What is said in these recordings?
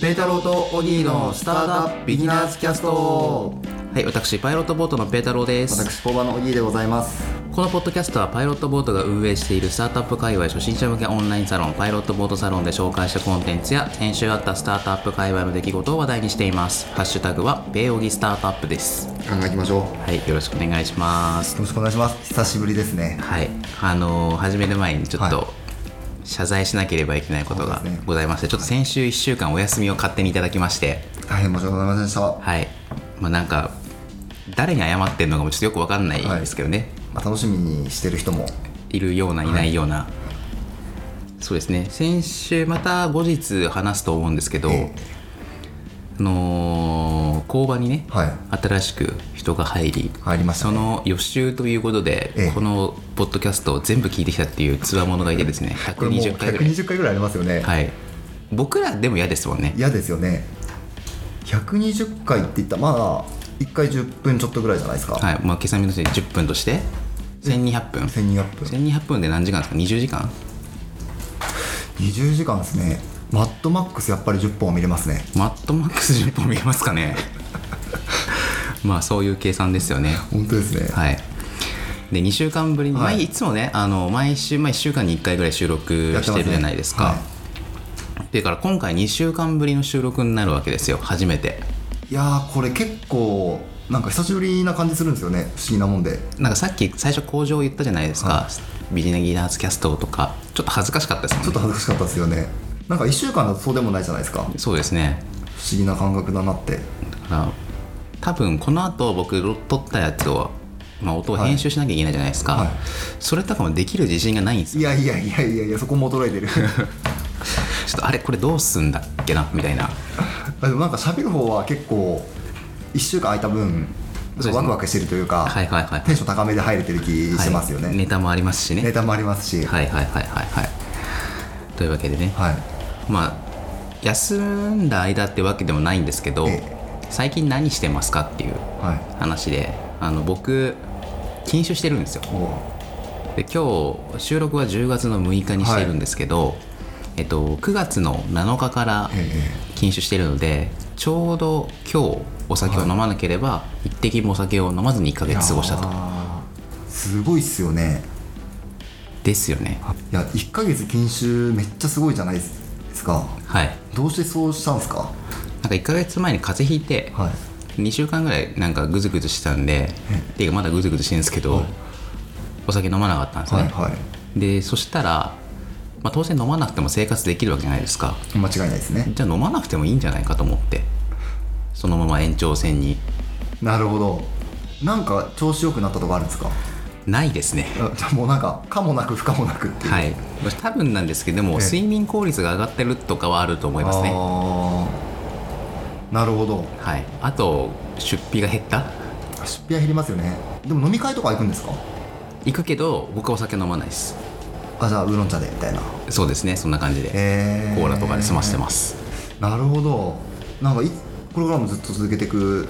ペータローとオギーのスタートアップビギナーズキャストはい、私、パイロットボートのペータローです。私工場のオギーでございますこのポッドキャストは、パイロットボートが運営しているスタートアップ界隈初心者向けオンラインサロン、パイロットボートサロンで紹介したコンテンツや、先週あったスタートアップ界隈の出来事を話題にしています。ハッシュタグは、ペイオギスタートアップです。考えていきましょうよはい、よろしくお願いします。ろしくお願いします久しぶりですねはい、あのー始める前にちょっはいと、謝罪しなければいけないことがそうですねございまして、ちょっと先週1週間お休みを勝手にいただきまして、大変申し訳ございませんでしたまはい、まあなんか、誰に謝ってんのかもちょっとよくわかんないんですけどね。あ楽しみにしてる人もいるようないないような、そうですね先週また後日話すと思うんですけど、ええあのー工場にね、はい新しく人が入り入りましたそねの予習ということで、ええこのポッドキャストを全部聞いてきたっていうつわものがいてですねこれもう120回ぐらい120回ぐらいありますよねはい僕らでも嫌ですもんね嫌ですよね120回って言ったらまあ1回10分ちょっとぐらいじゃないですか、はいまあ計算の時に10分として1200分1200分1200分で何時間ですか20時間20時間ですねマッドマックスやっぱり10本は見れますねマットマックス10本見えますか ねまあそういう計算ですよね本当ですね、はいで2週間ぶりに、はいい、いつもねあの毎週、まあ、1週間に1回ぐらい収録やってしますてねるじゃないですかはでから今回2週間ぶりの収録になるわけですよ初めてい、いやーこれ結構なんか久しぶりな感じするんですよね不思議なもんでなんかさっき最初工場言ったじゃないですか、はビジネギナーズキャストとかちょっと恥ずかしかったですもんねちょっと恥ずかしかったですよねなんか1週間だとそうでもないじゃないですか不思そうですね議な感覚だなってだから多分この後僕撮ったやつを、まあ、音を編集しなきゃいけないじゃないですか、はいそれとかもできる自信がないんですよいやいやいやいやいやそこも衰え てるちょっとあれこれどうすんだっけなみたいなあでもなんか喋る方は結構1週間空いた分そうですねワクワクしてるというかはいはいはいテンション高めで入れてる気してますよね、はいネタもありますしねネタもありますしはいはいはいはいはいというわけでね、はい、まあ休んだ間ってわけでもないんですけどえ最近何してますかっていうはい話であの僕禁酒してるんですよおうで今日収録は10月の6日にしてるんですけど、えっと、9月の7日からえ禁酒してるのでちょうど今日お酒を飲まなければ一滴もお酒を飲まずに1ヶえ月過ごしいたとやーすごいっすよねですよねいや1ヶ月禁酒めっちゃすごいじゃないですかはいどうしてそうしたんですかなんか1ヶ月前に風邪ひいて、はい2週間ぐらいなんかグズグズしてたんでっていうかまだグズグズしてるんですけど、お酒飲まなかったんですね、はいはいでそしたら、まあ、当然飲まなくても生活できるわけじゃないですか間違いないですねじゃあ飲まなくてもいいんじゃないかと思ってそのまま延長戦になるほどなんか調子良くなったとかあるんですかないですねあじゃあもうなんかかもなく不可もなくっていうはい多分なんですけどでもええ睡眠効率が上がってるとかはあると思いますねあーなるほどはいあと出費が減った出費は減りますよねでも飲み会とか行くんですか行くけど僕はお酒飲まないですあじゃあウーロン茶でみたいなそうですねそんな感じでえーコーラとかで済ませてますなるほどなんかいこれからもずっと続けていく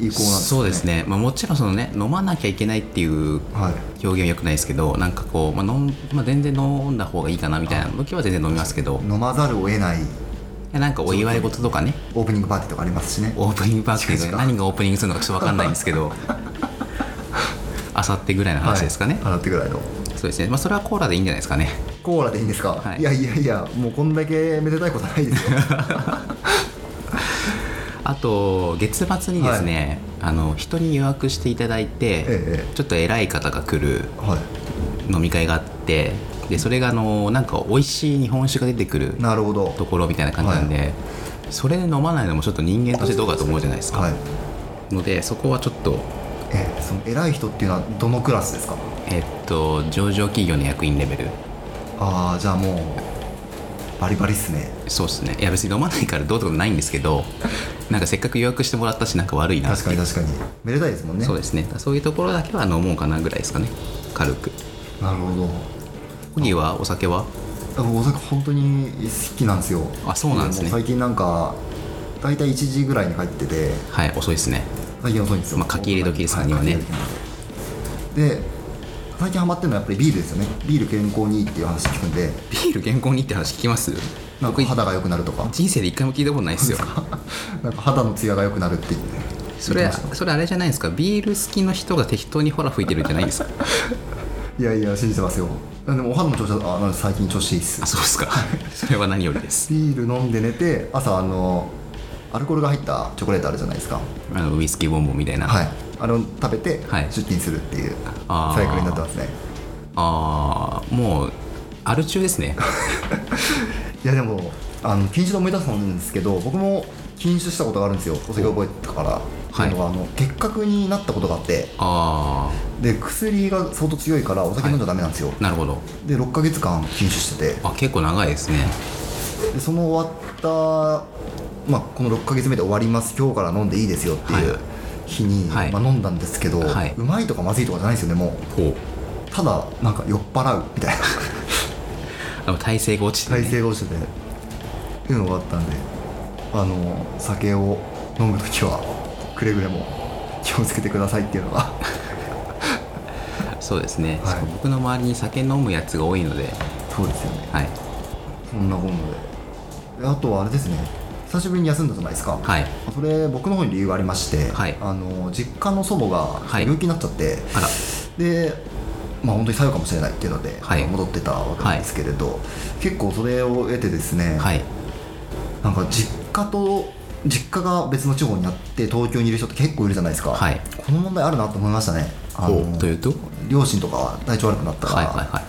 いいコーナーですそうですね、まあ、もちろんその、ね、飲まなきゃいけないっていうはい表現は良くないですけどなんかこう、まあ飲んまあ、全然飲んだ方がいいかなみたいな時は全然飲みますけどい飲まざるを得ないやなんかお祝い事とかねオープニングパーティーとかありますしねオープニングパーティ違ーう違でう何がオープニングするのかちょっと分かんないんですけどあさってぐらいの話ですかね、はい、払ってぐらいのそうですね、まあ、それはコーラでいいんじゃないですかねコーラでいいんですか、はいいやいやいやもうこんだけめでたいことないです よあと月末にですね、あの人に予約していただいて、ええちょっと偉い方が来るはい飲み会があってでそれがあのなんか美味しい日本酒が出てくるなるほどところみたいな感じなんで、それで飲まないのもちょっと人間としてどうかと思うじゃないですか、はいのでそこはちょっとえその偉い人っていうのはどのクラスですかえっと上場企業の役員レベルああじゃあもうバリバリっすねそうですねいや別に飲まないからどうってことないんですけど なんかせっかく予約してもらったしなんか悪いな確かに確かにめでたいですもんねそうですねそういうところだけは飲もうかなぐらいですかね軽くなるほどホギーはお酒はだからお酒本当に好きなんですよあそうなんですねも最近なんか大体1時ぐらいに帰っててはい遅いですね最近遅いんですよまあ書き入れ時ですから今ね書き入れ時なんでで最近ハマってるのはやっぱりビールですよねビール健康にいいっていう話聞くんでビール健康にって話聞きますなんか肌が良くなるとか 人生で一回も聞いたことないですよなんか肌のツヤが良くなるって言ってそれそれあれじゃないですかビール好きの人が適当にほら吹いてるんじゃないんですか いやいや信じてますよでもお肌の調子はあなんか最近調子いいっすあそうですかそれは何よりですビール飲んで寝て朝あのアルコールが入ったチョコレートあるじゃないですかあのウイスキーボンボンみたいな、はいあれを食べてはい出勤するっていうあーサイクルになってますね、ああもうアル中で すねいやでもあの禁酒で思い出したんですけど僕も禁酒したことがあるんですよお酒覚えてたから、はいっていうのがあの結核になったことがあってあで薬が相当強いからお酒飲んじゃダメなんですよ、あなるほどで6ヶ月間禁酒しててあ結構長いですねでその終わった、まあ、この6ヶ月目で終わります今日から飲んでいいですよっていうはい日に、はいまあ、飲んだんですけど、はいうまいとかまずいとかじゃないですよねもうほうただなんか酔っ払うみ たいなあの体勢が落ちて、ね、体勢をしててっていうのがあったんであの酒を飲む時はくれぐれも気をつけてくださいっていうの がそうですね、はいしかも僕の周りに酒飲むやつが多いのでそうですよねはいそんなこんなでであとはあれですね久しぶりに休んだじゃないですか、はいそれ僕の方に理由がありまして、はいあの実家の祖母がはい病気になっちゃって、あらでまあ本当に作用かもしれないっていうので、はい戻ってたわけなんですけれど、結構それを得てですね、はいなんか実家と実家が別の地方にあって東京にいる人って結構いるじゃないですか、はいこの問題あるなと思いましたねあほのうというと両親とかは体調悪くなったから、はいはいはい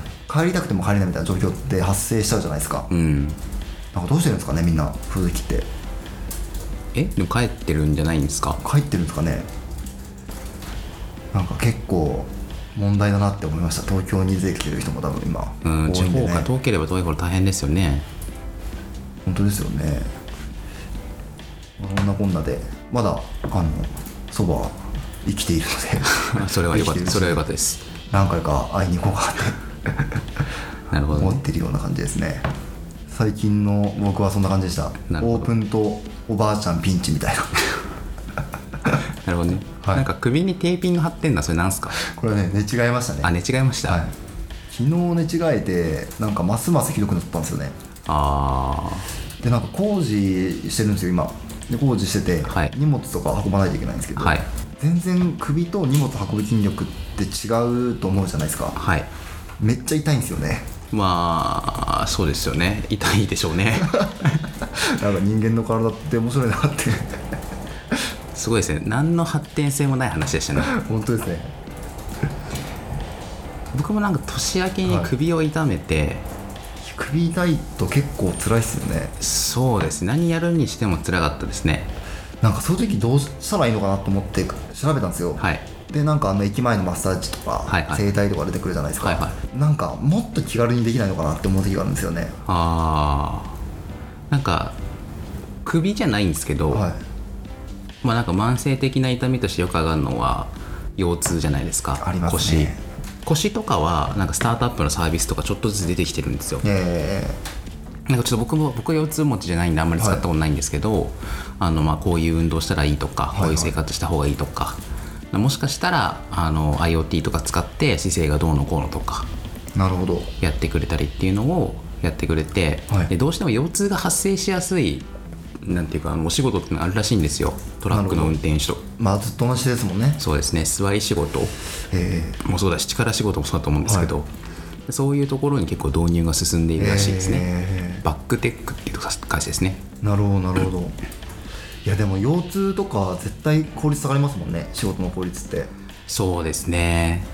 帰りたくても帰れないみたいな状況って発生しちゃうじゃないですか、うんなんかどうしてるんですかねみんなそういう時ってえでも帰ってるんじゃないんですか帰ってるんですかねなんか結構問題だなって思いました東京に出てきてる人も多分今多ういんん地で方ねが遠ければ遠いほど大変ですよね本当ですよねそんなこんなでまだあのそば生きているので それは良かっ生きたてそいるれは良かったです何回か会いに行こうかっ てなるほど思っねてるような感じですね最近の僕はそんな感じでしたなるほオどープンとおばあちゃんピンチみたいななるほどね、はいなんか首にテーピング貼ってんだそれなんすかこれね寝違えましたねあ寝違えました、はい、昨日寝違えてなんかますますひどくなったんですよねあでなんか工事してるんですよ今で工事してて、はい荷物とか運ばないといけないんですけど、はい全然首と荷物運ぶ筋力って違うと思うじゃないですあかはいめっちゃ痛いんですよ ねまあそうですよね痛いでしょう ねなんか人間の体って面白いなってすごいですね何の発展性もない話でしたね本当ですね僕もなんか年明けに首を痛めて、首痛いと結構辛いっすよねそうです何やるにしても辛かったですねなんかそういう時どうしたらいいのかなと思って調べたんですよ、はいでなんかあの駅前のマッサージとか、はいはい整体とか出てくるじゃないですか、はいはなんかもっと気軽にできないのかなって思う時があるんですよねあーなんか首じゃないんですけど、はいまあなんか慢性的な痛みとしてよく上がるのは腰痛じゃないですかありますね腰腰とかはなんかスタートアップのサービスとかちょっとずつ出てきてるんですよえなんかちょっと僕も僕は腰痛持ちじゃないんであんまり使ったことないんですけど、あのまあこういう運動したらいいとか、いはいこういう生活した方がいいとかもしかしたらあの IoT とか使って姿勢がどうのこうのとかーなるほどやってくれたりっていうのをやってくれて、はいでどうしても腰痛が発生しやすいなんていうかあのお仕事ってのあるらしいんですよトラックの運転手とまあずっと同じですもんねそうですね座り仕事えもそうだし力仕事もそうだと思うんですけど、そういうところに結構導入が進んでいーるらしいですね、えバックテックっていう会社ですねーなるほどなるほどいやでも腰痛とか絶対効率下がりますもんね仕事の効率ってそうですね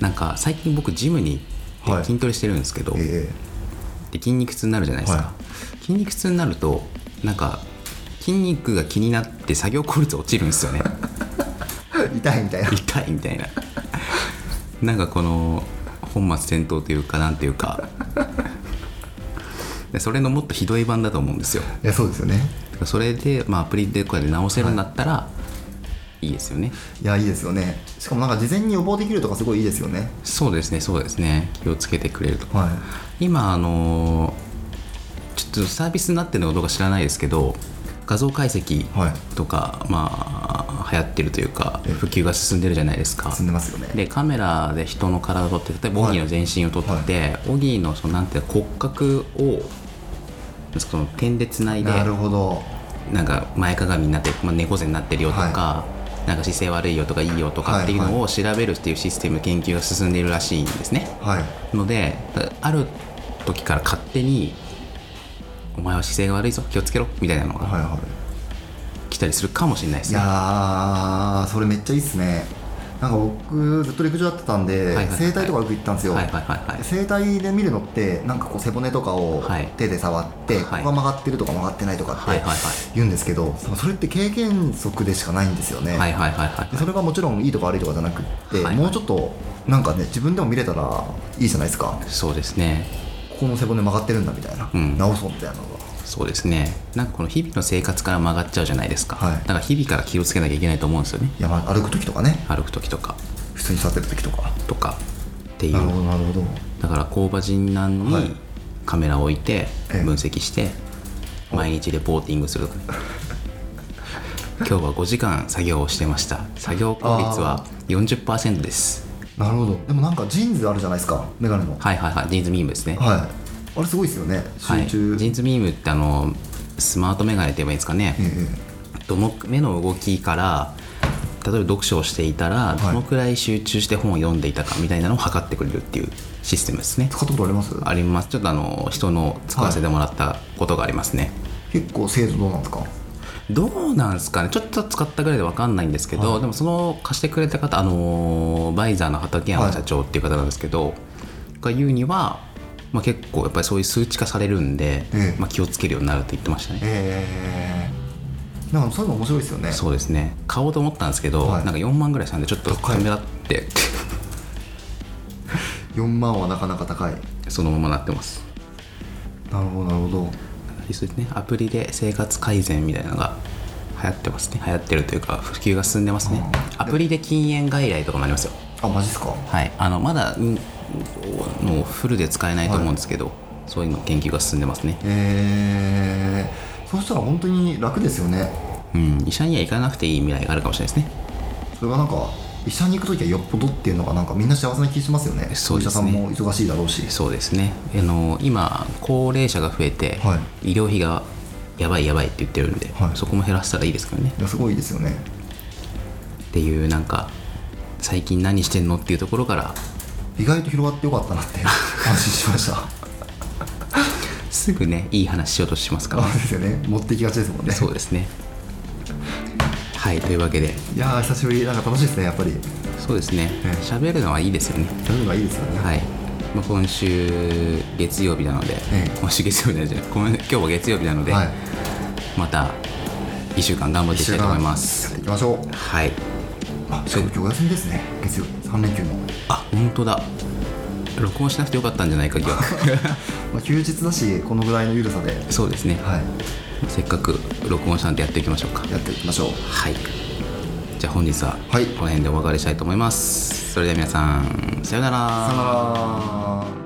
なんか最近僕ジムに行っはてい筋トレしてるんですけど、えで筋肉痛になるじゃないですか、は筋肉痛になるとなんか筋肉が気になって作業効率落ちるんです よねー 痛いみたいな痛いみたいななんかこの本末転倒というかなんていうかでそれのもっとひどい版だと思うんですよいやそうですよねだからそれで、まあ、アプリでこうやって直せるんだったらいいですよね、いやいいですよねしかもなんか事前に予防できるとかすごいいいですよねそうですねそうですね気をつけてくれるとはい今あのーちょっとサービスになってるのかどうか知らないですけど画像解析はいとか、まあ流行ってるというかええ普及が進んでるじゃないですか進んでますよねでカメラで人の体を撮って例えばオギーの全身を撮って、オギーのそのなんていうの骨格をその点でつないでなるほどなんか前かがみになって、まあ、猫背になってるよとか、はなんか姿勢悪いよとかいいよとかっていうのを調べるっていうシステム研究が進んでいるらしいんですね。はいのである時から勝手に「お前は姿勢が悪いぞ気をつけろ」みたいなのはがいは来たりするかもしれないいですいね。やーそれめっちゃいいっすねなんか僕ずっと陸上やってたんではいはいはい整体とかよく行ったんですよはいはいはいはい整体で見るのってなんかこう背骨とかをはい手で触って、はいここが曲がってるとか曲がってないとかっはいてはいはい言うんですけど、それって経験則でしかないんですよね、はいはいはいはいでそれがもちろんいいとか悪いとかじゃなくって、はいはいもうちょっとなんかね自分でも見れたらいいじゃないですかそうですねここの背骨曲がってるんだみたいな、うん直そうみたいなのそうですねなんかこの日々の生活から曲がっちゃうじゃないですか、はいだから日々から気をつけなきゃいけないと思うんですよねが山歩く時とかね歩く時とか普通に立ってる時とかとかっていなるほどうなるほどだから工場人なのはいにカメラを置いてええ分析して毎日レポーティングするとか ね今日は5時間作業をしてました作業効率は40%ですなるほどでもなんかジーンズあるじゃないですかメガネのははいはいはいジーンズミームですねい、あれすごいですよねは集い、ジ中、ーンズミームってあのスマートメガネって言えばいいんですかね、ええどの目の動きから例えば読書をしていたらいどのくらい集中して本を読んでいたかみたいなのを測ってくれるっていうシステムですね。使ったことありますありますちょっとあの人の使わせてもらったことがありますね。結構精度どうなんですかどうなんですかねちょっと使ったぐらいで分かんないんですけど、でもその貸してくれた方あのバイザーの畠山社長っていう方なんですけど、が言うには、まあ、結構やっぱりそういう数値化されるんで、ええまあ、気をつけるようになるって言ってましたね。ええなんかそういうの面白いですよねそうですね買おうと思ったんですけど、はいなんか4万ぐらいしたんでちょっと高いためらって 4万はなかなか高いそのままなってますなるほどなるほどそうですねアプリで生活改善みたいなのが流行ってますね流行ってるというか普及が進んでますねアプリで禁煙外来とかもありますよあマジっすかはいあのまだ、うん、もうフルで使えないと思うんですけど、そういうの研究が進んでますねええそうしたら本当に楽ですよねうん医者には行かなくていい未来があるかもしれないですねそれがなんか医者に行く時はよっぽどっていうのがなんかみんな幸せな気しますよねそうですねお医者さんも忙しいだろうしそうですねあの今高齢者が増えて、は医療費がやばいやばいって言ってるんで、はいそこも減らしたらいいですけどねいやすごいですよねっていうなんか最近何してんのっていうところから意外と広がってよかったなって安心しましたすぐねいい話しようとしますからあですよね持ってきがちですもんねそうですねはいというわけでいやー久しぶりなんか楽しいですねやっぱりそうですねええ喋るのはいいですよねそういうのがいいですよねはい、まあ、今週月曜日なので、ええ今週月曜日じゃない今今日は月曜日なので、はいまた1週間頑張っていきたいと思いまやっすていきましょうはいあしかも今日お休みですね月曜日3連休の、あ本当だ録音しなくてよかったんじゃないか疑惑まあ、休日だしこのぐらいの緩さでそうですね、はいせっかく録音したんでやっていきましょうかやっていきましょうはいじゃあ本日はこはいの辺でお別れしたいと思います、それでは皆さんさようならさよなら